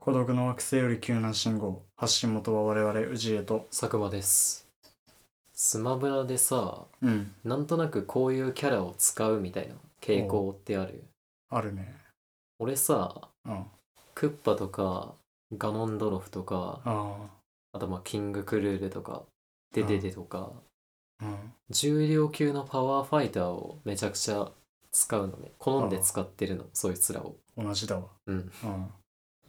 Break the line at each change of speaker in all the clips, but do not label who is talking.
惑星より救難信号発信元は我々氏へと
佐久間ですスマブラでさ
うん
なんとなくこういうキャラを使うみたいな傾向ってある
あるね
俺さ
うんあ
クッパとかガノンドロフとか
あ
あとまあキングクルールとかデデデとか
うん
重量級のパワーファイターをめちゃくちゃ使うのね好んで使ってるのそいつらを
同じだわ
うん
うん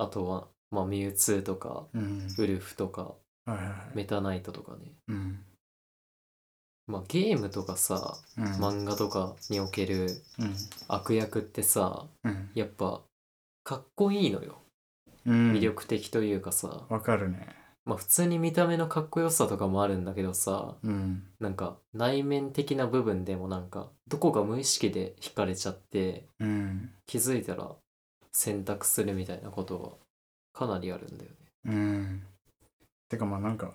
あとはまあミュウツーとか
うん
ウルフとか
はいはいはい
メタナイトとかね
うん
まあゲームとかさ
うん
漫画とかにおける
うん
悪役ってさ
うん
やっぱかっこいいのよ
うん
魅力的というかさ、
わかるね
まあ普通に見た目のかっこよさとかもあるんだけどさ
うん
なんか内面的な部分でもなんかどこか無意識で惹かれちゃって
うん
気づいたら選択するみたいなことはかなりあるんだよね
うんてかまあなんか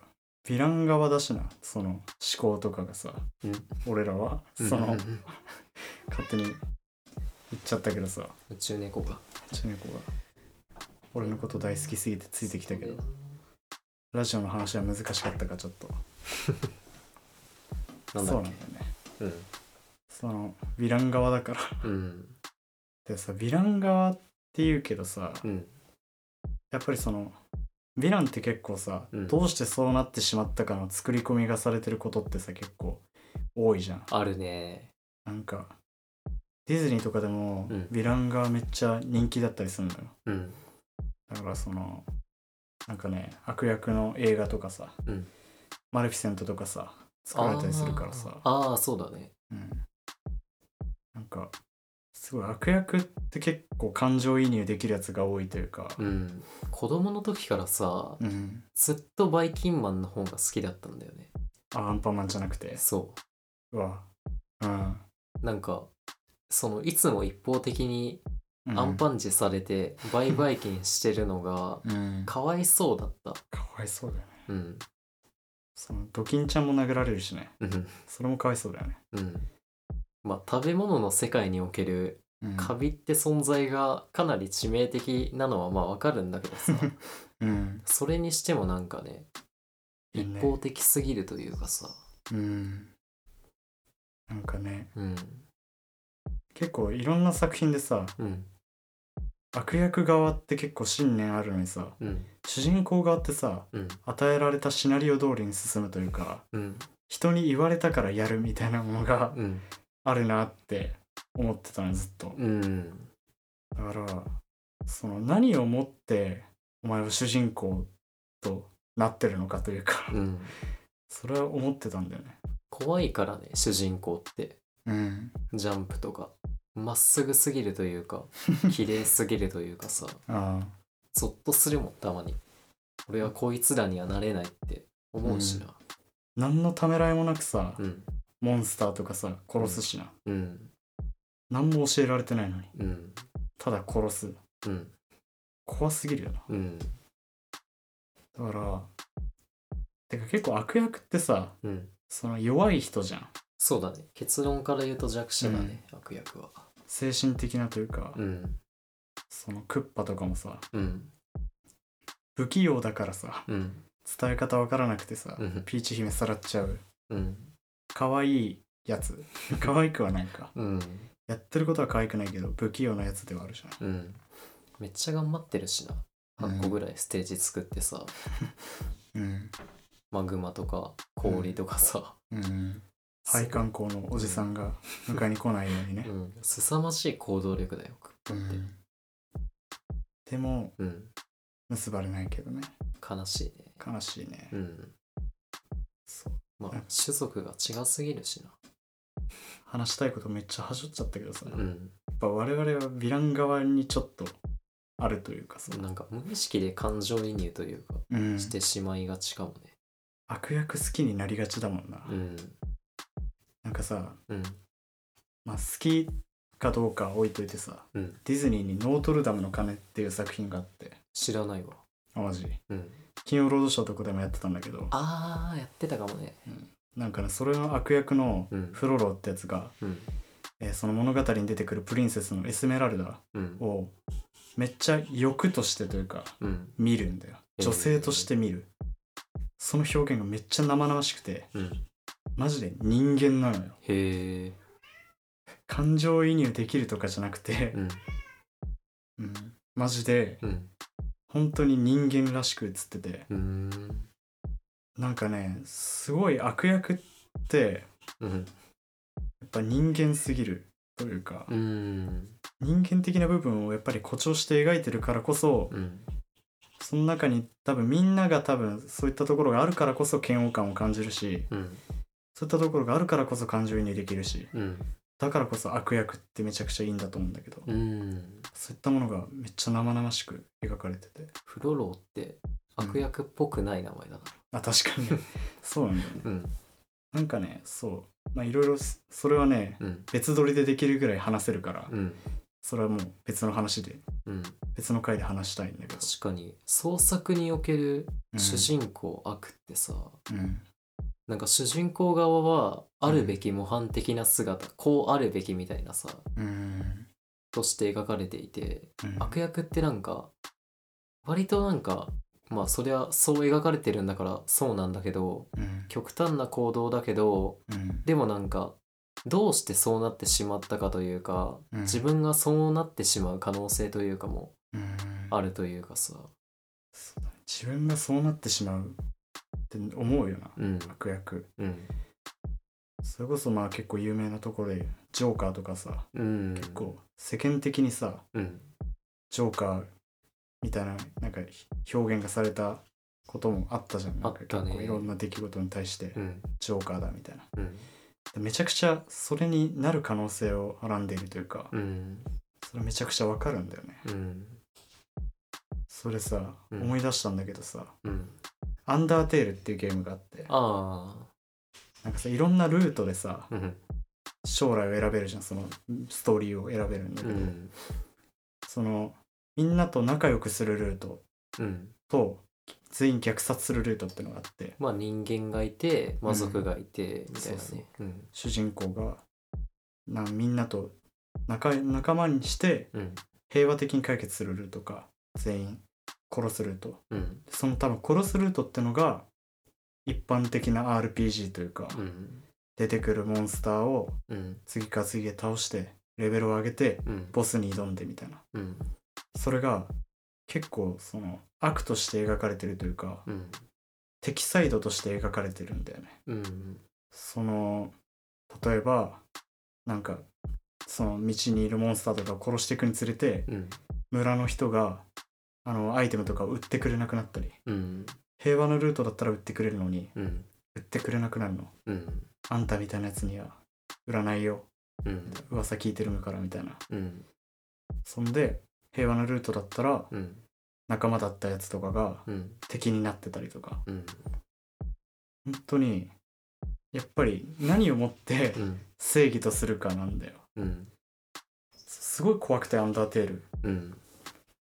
ヴィラン側だしなその思考とかがさ、
うん
俺らはそ
うん
の
うんうん
勝手に言っちゃったけどさ
宇宙猫か
ちねこが俺のこと大好きすぎてついてきたけどラジオの話は難しかったかちょっと
なん
そ
だ
う
っ
なんだよ
け
ね
うん
そのヴィラン側だから
うん
でさヴィラン側っていうけどさ
うん
やっぱりそのヴィランって結構さ、
うん
どうしてそうなってしまったかの作り込みがされてることってさ結構多いじゃん
あるね
なんかディズニーとかでも
うん
ヴィラン側めっちゃ人気だったりするのよ
うん
だからそのなんかね悪役の映画とかさ、
うん
マレフィセントとかさ作られたりするからさ、
あーあーそうだね
うん、なんかすごい悪役って結構感情移入できるやつが多いというか
うん子供の時からさ
うん、
ずっとバイキンマンの方が好きだったんだよね
あアンパンマンじゃなくて
そう
わうん
うなんかそのいつも一方的に
うん
アンパンチされて売買金してるのが
うん、か
かわいそうだった
わいそうだよね
うん
そのドキンちゃんも殴られるしね
うん
それもかわいそうだよね
うんまあ食べ物の世界における
うん
カビって存在がかなり致命的なのはまあわかるんだ けどさ
うん
それにしてもなんかね
いい
一
ね
方的すぎるというかさ
うんなんかね
うん
結構いろんな作品でさ
うん
悪役側って結構信念あるのにさ
うん
主人公側ってさ
うん
与えられたシナリオ通りに進むというか
うん
人に言われたからやるみたいなものが
うん
あるなって思ってたのずっと
うん
だからその何をもってお前は主人公となってるのかというか
うん
それは思ってたんだよね
怖いからね主人公って
うん
ジャンプとかまっすぐすぎるとい うか綺麗すぎるというかさ
ああ
ゾッとするもんたまに俺はこいつらにはなれないって思うしな
何のためらいもなくさ、
うん
モンスターとかさ殺すしな、
うん
何も教えられてないのに
うん
ただ殺す
うん
怖すぎるよな
うん
だからてか結構悪役ってさ
うん
その弱い人じゃん
そうだね結論から言うと弱者だね、悪役は
精神的なというか、
うん
そのクッパとかもさ
うん
不器用だからさ
うん
伝え方わからなくてさ、
うん
ピーチ姫さらっちゃう
うん
可愛いやつ 可愛くはないか
うん
やってることは可愛くないけど不器用なやつではあるじゃん
うんめっちゃ頑張ってるしな8個ぐらいステージ作ってさ、
うん
マグマとか氷とかさ、
うん配管工のおじさんが迎えに来ないようにね
うん凄まじい行動力だよクッパって
でも
うん、
結ばれないけどね
悲しいね
悲しいね
うん
そう
まあ種族が違すぎるし
話したいことめっちゃはしょっちゃったけどさ、や
な
っ
ん
ぱ我々はヴィラン側にちょっとあるというかさ、
なんか無意識で感情移入というか
うん
してしまいがちかもね
悪役好きになりがちだもんな、
うん
なんかさ、
うん
まあ、好きかどうかは置いといてさ、
うん
ディズニーに「ノートルダムの鐘」っていう作品があって
知らないわ
あマジ
うん
金曜ロードショーとかでもやってたんだけど
あーやってたかもね
なんかねそれの悪役の
うん
フロロってやつが、
うん
えーその物語に出てくるプリンセスのエスメラルダ
うん
をめっちゃ欲としてというか
うん
見るんだよ
えー
女性として見る、その表現がめっちゃ生々しくて
うん
マジで人間なのよ
へえ
感情移入できるとかじゃなくて
う、ん
うん、マジで
うん
本当に人間らしく映ってて
うーん
なんかねすごい悪役って
うん
やっぱ人間すぎるというか
うん
人間的な部分をやっぱり誇張して描いてるからこそ
うん
その中に多分みんなが多分そういったところがあるからこそ嫌悪感を感じるし
うん
そういったところがあるからこそ感情移入できるし
うん
だからこそ悪役ってめちゃくちゃいいんだと思うんだけど、
うん
そういったものがめっちゃ生々しく描かれてて
フロローって悪役っぽくない名前だな
あ確 かにそうなんだよね
うん
なんかねそうまあいろいろすそれはね
うん
別撮りでできるぐらい話せるから
うん
それはもう別の話で
うん
別の回で話したいんだけど、
確かに創作における
うん、
主人公悪ってさ、
うん
なんか主人公側はあるべき模範的な姿、こうあるべきみたいなさ
うん
として描かれていて、
うん
悪役ってなんか割となんかまあそりゃそう描かれてるんだからそうなんだけど
うん
極端な行動だけど
うん
でもなんかどうしてそうなってしまったかというか、
うん
自分がそうなってしまう可能性というかも
うん
あるというかさ
そうだね自分がそうなってしまうって思うよな
うん
悪役
うん
それこそまあ結構有名なところでジョーカーとかさ
うん
結構世間的にさ
うん
ジョーカーみたいななんか表現がされたこともあったじゃんなんか
あったね
結構いろんな出来事に対して
うん
ジョーカーだみたいな
うん
でめちゃくちゃそれになる可能性をはらんでいるというか
うん
それめちゃくちゃわかるんだよね
うん
それさ
うん
思い出したんだけどさ
うん
「アンダーテール」っていうゲームがあって
あ
なんかさいろんなルートでさ
あうん
将来を選べるじゃんそのストーリーを選べるんだ
う
けど、
ん
そのみんなと仲良くするルート
うん
と全員虐殺するルートってのがあって
まあ人間がいて魔族がいてみたいな
そう
ねうん
主人公がなみんなと仲仲間にして
うん
平和的に解決するルートか全員殺すルート
うん
その多分殺すルートってのが一般的な RPG というか、
うん
出てくるモンスターを
うん
次から次へ倒してレベルを上げて
うん
ボスに挑んでみたいな
うん
それが結構その悪として描かれてるというか
うん
敵サイドとして描かれてるんだよね
うん
その例えばなんかその道にいるモンスターとかを殺していくにつれて
うん
村の人があのアイテムとかを売ってくれなくなったり
うん
平和のルートだったら売ってくれるのに
うん
売ってくれなくなるの
うん
あんたみたいなやつには売らないよ
うん
噂聞いてるのからみたいな
うん
そんで平和のルートだったら
うん
仲間だったやつとかが
うん
敵になってたりとか
うん
本当にやっぱり何をもって
うん
正義とするかなんだよ
うん
すごい怖くてアンダーテール
うん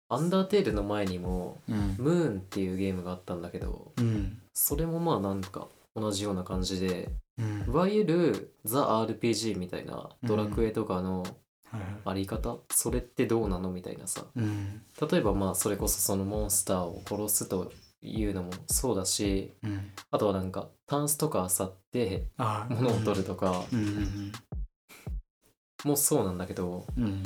アンダーテールの前にも
うん、
ムーンっていうゲームがあったんだけど
うん
それもまあなんか同じような感じで
うん
いわゆるザ・ RPG みたいなドラクエとかの
はいはい
あり方、それってどうなのみたいなさ
うん
例えばまあそれこそそのモンスターを殺すというのもそうだし
うん
あとはなんかタンスとか漁って
ああ
物を取るとか
うんうん
もそうなんだけど
うんうん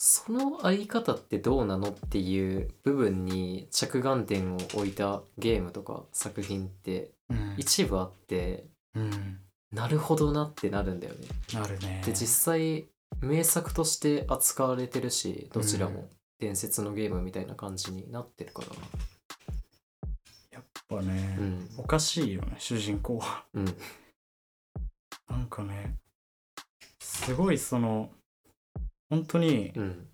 そのあり方ってどうなのっていう部分に着眼点を置いたゲームとか作品って
うん
一部あって
うん
なるほどなってなるんだよね。
あるね
で実際名作として扱われてるしどちらも伝説のゲームみたいな感じになってるから
やっぱね、
うん
おかしいよね主人公は
うん
なんかねすごいその本当に
うん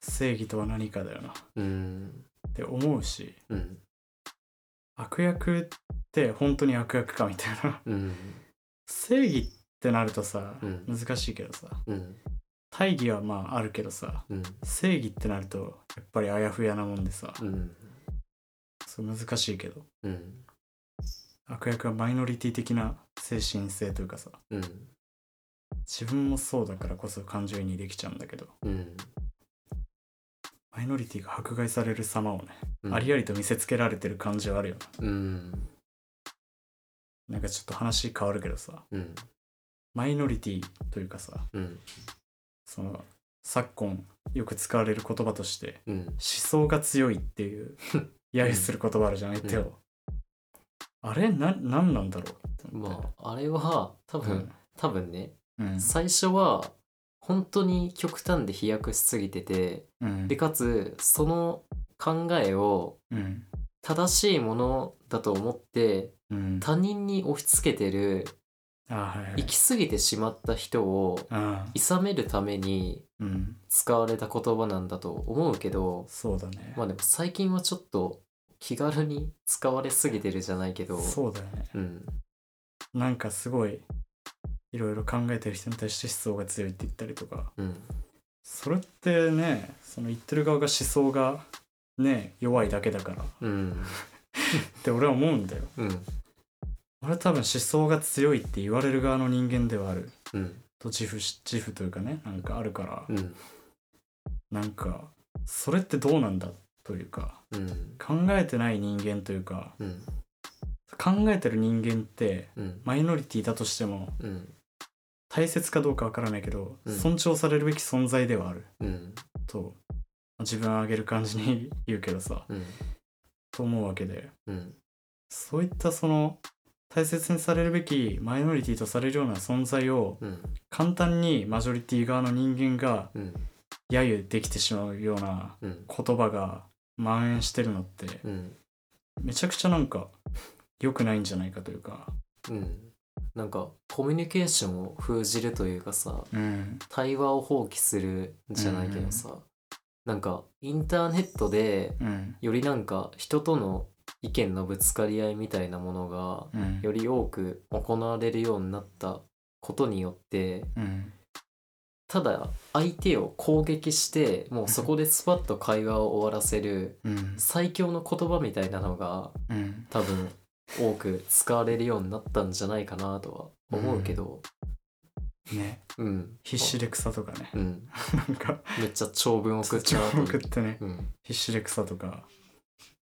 正義とは何かだよなっ
うん
て思うし
うん
悪役って本当に悪役かみたいな
うん
正義ってなるとさ、
うん
難しいけどさ
うん
大義はまああるけどさ
うん
正義ってなるとやっぱりあやふやなもんでさ、
うん
そう難しいけど
うん
悪役はマイノリティ的な精神性というかさ
うん
自分もそうだからこそ感情移入できちゃうんだけど
うん
マイノリティが迫害される様をね、
うん
ありありと見せつけられてる感じはあるよな
うん
なんかちょっと話変わるけどさ
うん
マイノリティというかさ
うん
その昨今よく使われる言葉として
うん
思想が強いっていう 揶揄する言葉あるじゃない手を、あれな何なんだろう
まああれは多
う
分、
ん、
多分ね
うん
最初は本当に極端で飛躍しすぎてて
うん
でかつその考えを
うん
正しいものだと思って
うん
他人に押し付けてる
あはいはい
行き過ぎてしまった人を
ああ
諌めるために
うん
使われた言葉なんだと思うけど
そうだね、
まあでも最近はちょっと気軽に使われすぎてるじゃないけど
そうだよね
うん
なんかすごいいろいろ考えてる人に対して思想が強いって言ったりとか
うん
それってねその言ってる側が思想がね弱いだけだからっ
うん
て俺は思うんだよ
うん
俺多分思想が強いって言われる側の人間ではある
うん
と自負し自負というかねなんかあるから
うん
なんかそれってどうなんだというか
うん
考えてない人間というか
うん
考えてる人間って
うん
マイノリティだとしても
うん
大切かどうかわからないけど
うん
尊重されるべき存在ではある
うん
と自分をあげる感じに 言うけどさ
うん
と思うわけで
うん
そういったその大切にされるべきマイノリティとされるような存在を
うん
簡単にマジョリティ側の人間が
うん
揶揄できてしまうような
うん
言葉が蔓延してるのって
うん
めちゃくちゃなんか良くないんじゃないかというか
うんなんかコミュニケーションを封じるというかさ
うん
対話を放棄するじゃないけどさ、なんかインターネットで
うん
よりなんか人との意見のぶつかり合いみたいなものが
うん
より多く行われるようになったことによって
うん
ただ相手を攻撃してもうそこでスパッと会話を終わらせる
うん
最強の言葉みたいなのが
うん
多分多く使われるようになったんじゃないかなとは思うけど、
ね
うん
必死で草とかね
うん、
なんか
めっちゃ長文送っち
長
ゃう
文送ってね
うん
必死で草とか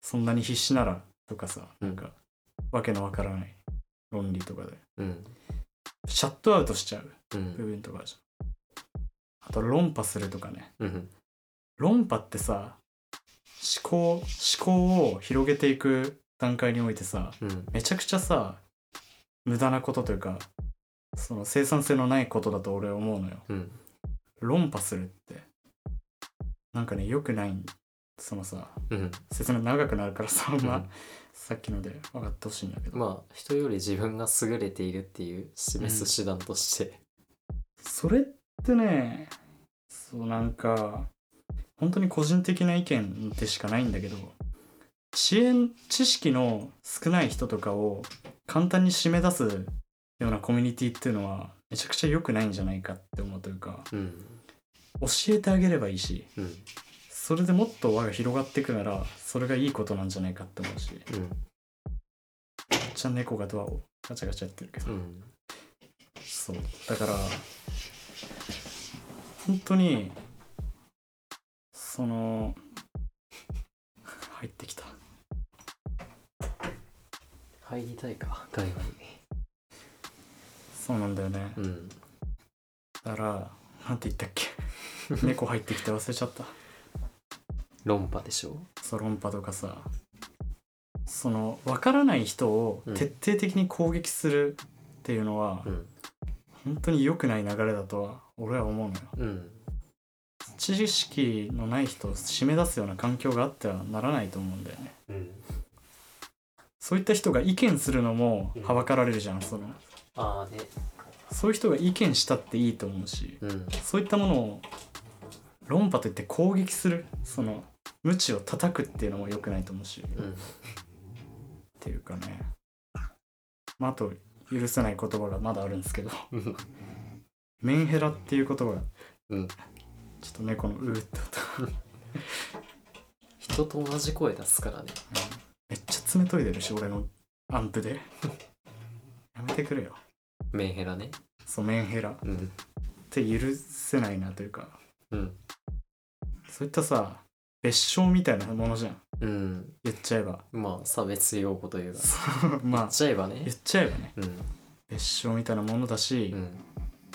そんなに必死ならとかさなんかわけのわからない論理とかで
うん
シャットアウトしちゃう
う
部
ん
分とかあるじゃんあと論破するとかね
うん
論破ってさ思考思考を広げていく段階においてさ
うん
めちゃくちゃさ無駄なことというかその生産性のないことだと俺は思うのよ
うん
論破するってなんかね良くないんそのさ
うん
説明長くなるからさ、まあ
うん
さっきので分かってほしいんだけど、
まあ人より自分が優れているっていう示す手段として
それってねそうなんか本当に個人的な意見でしかないんだけど知恵知識の少ない人とかを簡単に締め出すようなコミュニティっていうのはめちゃくちゃ良くないんじゃないかって思うというか
うん
教えてあげればいいし
うん
それでもっと輪が広がっていくならそれがいいことなんじゃないかって思うしめっ
うん
ちゃ猫がドアをガチャガチャやってるけど、
うん
そうだから本当にその入ってきた
入りたいか会話
そうなんだよね
にうん
だからなんて言ったっ け猫入ってきて忘れちゃった
論破でしょ
そう論破とかさその分からない人を
うん
徹底的に攻撃するっていうのは、
うん
本当に良くない流れだとは俺は思うのよ
うん
知識のない人を締め出すような環境があってはならないと思うんだよね
うん
そういった人が意見するのも
うん
はばかられるじゃんその
ああね
そういう人が意見したっていいと思うし
うん
そういったものを論破といって攻撃するその無知を叩くっていうのも良くないと思うしっ
うん
ていうかねまああと許せない言葉がまだあるんですけど
うん
メンヘラっていう言葉が
うん
ちょっと猫のうーって音
人と同じ声出すからね
めっちゃ冷といでるし俺のアンプでやめてくれよ
メンヘラね
そうメンヘラっ
うん
て許せないなというか
うん
そういったさ別称みたいなものじゃん
うん
言っちゃえ ば
まあ差別用語というか言
まあ
っちゃえばね
言っちゃえばね
うん
別称みたいなものだし、
うん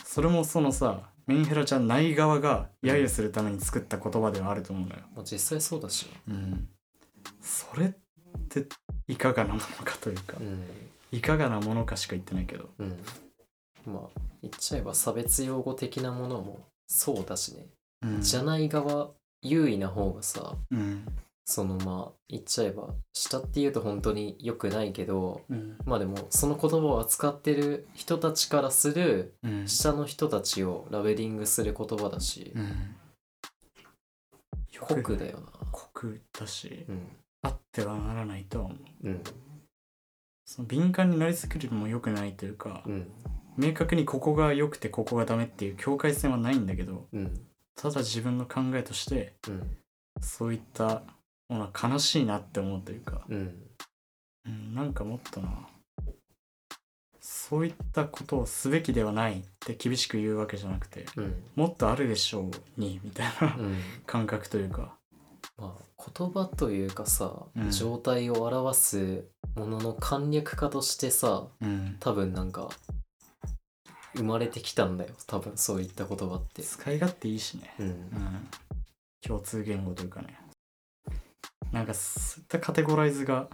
それもそのさメンヘラじゃない側が揶揄するために作った言葉ではあると思うのよ、
まあ実際そうだし
うん、それっていかがなものかというか
うん
いかがなものかしか言ってないけど
うんまあ言っちゃえば差別用語的なものもそうだしね
うん
じゃない側優位な方がさ
うん
そのまあ言っちゃえば下っていうと本当に良くないけど
うん
まあでもその言葉を扱ってる人たちからする
うん
下の人たちをラベリングする言葉だし
うんよく
酷だよな
酷だし
うん
あってはならないとは思う
うん
その敏感になりすぎるのも良くないというか
うん
明確にここが良くてここがダメっていう境界線はないんだけど
うん
ただ自分の考えとして
うん
そういったものは悲しいなって思うというか、
うん
うん、なんかもっとなそういったことをすべきではないって厳しく言うわけじゃなくて
うん
もっとあるでしょうにみたいな
うん
感覚というか
まあ言葉というかさ
うん
状態を表すものの簡略化としてさ
うん
多分なんか生まれてきたんだよ多分そういった言葉って
使い勝手いいしね
うん
うん共通言語というかねなんかそういったカテゴライズが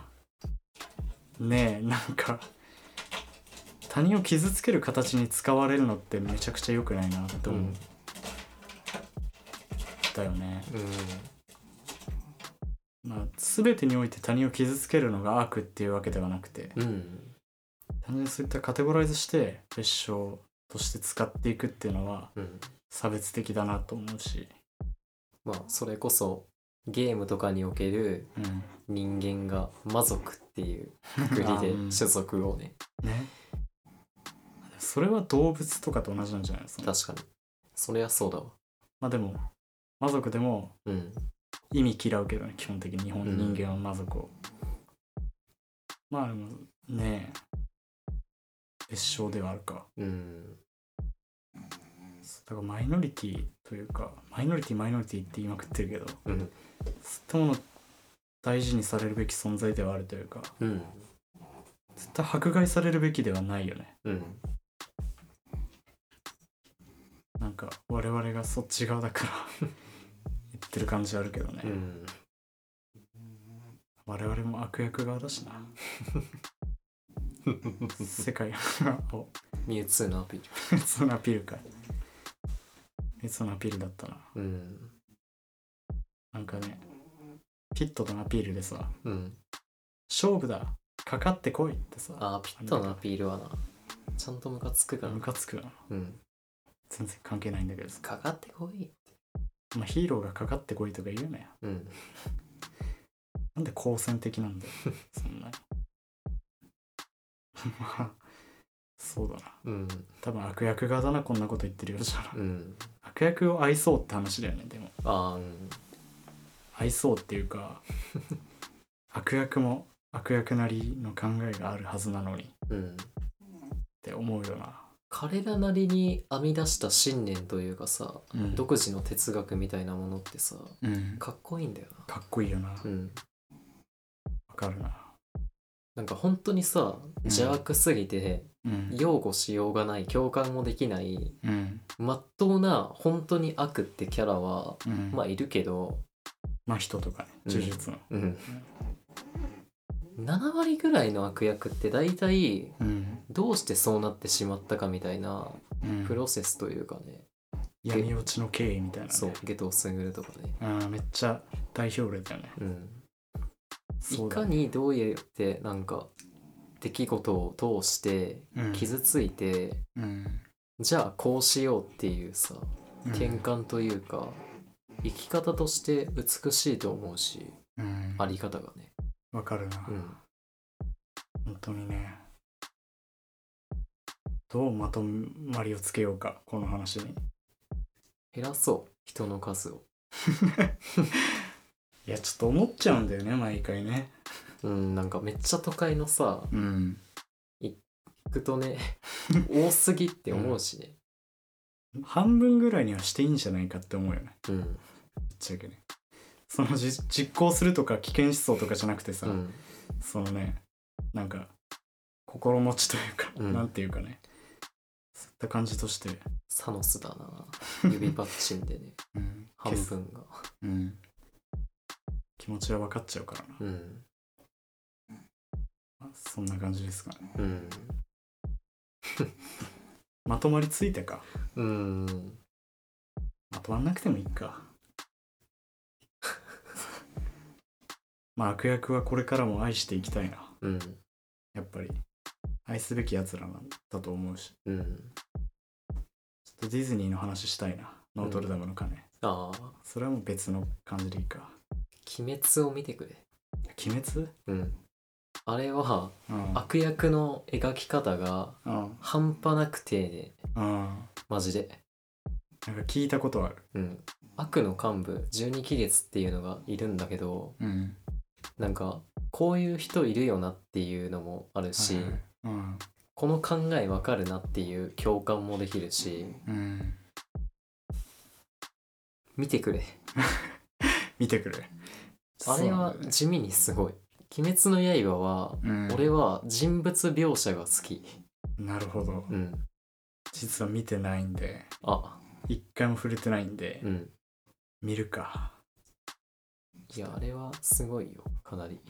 ねえなんか他人を傷つける形に使われるのってめちゃくちゃ良くないなって思うんだよね、
うん
まあ、全てにおいて他人を傷つけるのが悪っていうわけではなくて
うん
単純にそういったカテゴライズして別称として使っていくっていうのは
うん
差別的だなと思うし、
まあそれこそゲームとかにおける
うん、
人間が魔族っていう国で
あうん
種族をね
ねそれは動物とかと同じなんじゃないですか
確かにそれはそうだわ
まあでも魔族でも
うん
意味嫌うけどね基本的に日本
うん
人間は魔族を、まあでもねえ別称ではあるか
うん
そうだからマイノリティというかマイノリティマイノリティって言いまくってるけど
うん
そういったもの大事にされるべき存在ではあるというか
うん
絶対迫害されるべきではないよね
うん
なんか我々がそっち側だから 言ってる感じあるけどね、
うん
我々も悪役側だしな世界を
ミュウツーのアピー
別のアピールか別のアピールだったな
ルうん
なんかねピットとのアピールでさ
うん
「勝負だかかってこい」ってさ
あーピットのアピールはなちゃんとムカつくから
ムカつくな
うん
全然関係ないんだけどさ、
かかってこい
まあ、ヒーローがかかってこいとか言うなよ
うん
なんで好戦的なんだよそんな にまあそうだな
うん
多分悪役側だなこんなこと言ってるようじゃな
うん
悪役を愛そうって話だよねでも
あーうん
愛そうっていうか 悪役も悪役なりの考えがあるはずなのにっ
うん
て思うよな、
彼らなりに編み出した信念というかさ
うん
独自の哲学みたいなものってさ
うんか
かっこいいんだよな
っこいいよなわ、
うん
かるな、
なんか本当にさ
ん
邪悪すぎて
うん
擁護しようがない共感もできない
うん
まっとうな本当に悪ってキャラは
うん、
まあいるけど
まあ人とかね
うん
呪術の、
うん7割ぐらいの悪役って大体
うん
どうしてそうなってしまったかみたいな
うん
プロセスというかね
闇落ちの経緯みたいな、ね、
そうゲトウスングルとかね
あーめっちゃ代表例だよね
うん
そ
いう
だ
かにどうやってなんか出来事を通して
うん
傷ついて、
うん
じゃあこうしようっていうさ
うん
転換というか、生き方として美しいと思うし
うん
あり方がね
わかるな、
うん
本当にねどうまとまりをつけようかこの話に
減らそう人の数を
いやちょっと思っちゃうんだよね毎回ね
うんなんかめっちゃ都会のさ
うん
行くと ね多すぎって思うしね
半分ぐらいにはしていいんじゃないかって思うよね
うん
ぶっちゃけねそのじ実行するとか危険思想とかじゃなくてさ、
うん
そのねなんか心持ちというか、
うん
なんていうかねそういった感じとして、
サノスだな指パッチンでね
うん
半分が
うん、気持ちは分かっちゃうからな、
うん
まあそんな感じですかね
うん
まとまりついたか
うん
まとまんなくてもいいか まあ悪役はこれからも愛していきたいな
うん
やっぱり愛すべきやつらなんだと思うし
うん
ちょっとディズニーの話したいなノートルダムの鐘、
ああ
それはもう別の感じでいいか
鬼滅を見てくれ
鬼滅
うんあれは
うん
悪役の描き方が
うん
半端なくて
うん
マジで
なんか聞いたことある
うん悪の幹部十二亀裂っていうのがいるんだけど
うん
なんかこういう人いるよなっていうのもあるし、
はいはいうん
この考えわかるなっていう共感もできるし
うん
見てくれ
見てくれ
あれは地味にすごい「鬼滅の刃は」俺
は
は人物描写が好き
なるほど
うん
実は見てないんで
あ
一回も触れてないんで、
うん
見るか
いやあれはすごいよかなり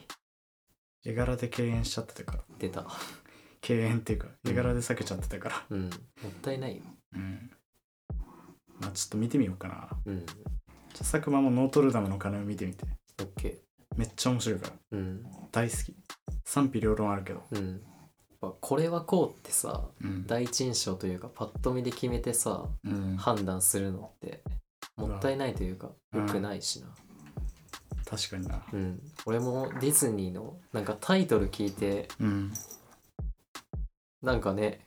絵柄で敬遠しちゃってたから
出た
敬遠っていうか
うん
絵柄で避けちゃってたから
うんもったいないよ
うんまあちょっと見てみようかな
うん
じゃあ佐久間もノートルダムの鐘を見てみて
オッケ
めっちゃ面白いから
ーうん
大好き賛否両論あるけど
うんやっぱこれはこうってさ
うん
第一印象というかパッと見で決めてさ
うん
判断するのってもったいないというか
うん
良くないしな
確かにな
うん俺もディズニーのなんかタイトル聞いて
うん
なんかね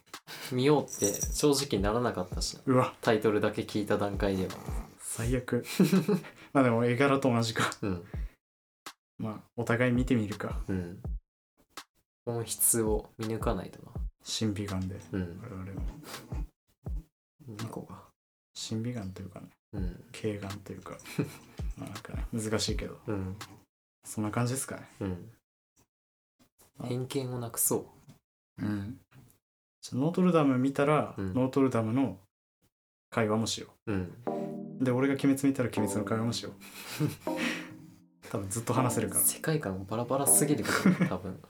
見ようって正直ならなかったしな
うわ
タイトルだけ聞いた段階では
最悪 まあでも絵柄と同じか
うん
まあお互い見てみるか
うん本質を見抜かないと
神秘眼で
なうん
我々も
猫が
神秘眼というかね
うん
軽眼というか まあなんかね難しいけど
うん
そんな感じですかね
うん偏見をなくそ
うんじゃあノートルダム見たら、
うん
ノートルダムの会話もしよ
ううん
うで俺が鬼滅見たら鬼滅の会話も しよう多分ずっと話せるから
世界観バラバラすぎるけど多 分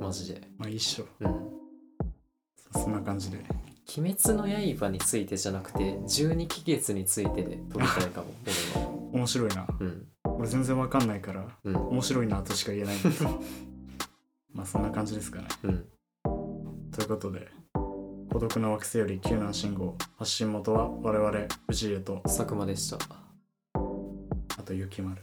マジで
まあ一緒
うん
そんな感じで
「鬼滅の刃」についてじゃなくて「十二鬼月」についてで撮りたいかも俺は
面白いな
うん
俺全然わかんないから
うん
面白いなとしか言えないんだ けどまあそんな感じですかね
うん
ということで孤独の惑星より救難信号発信元は我々藤井と
佐久間でした
あと雪丸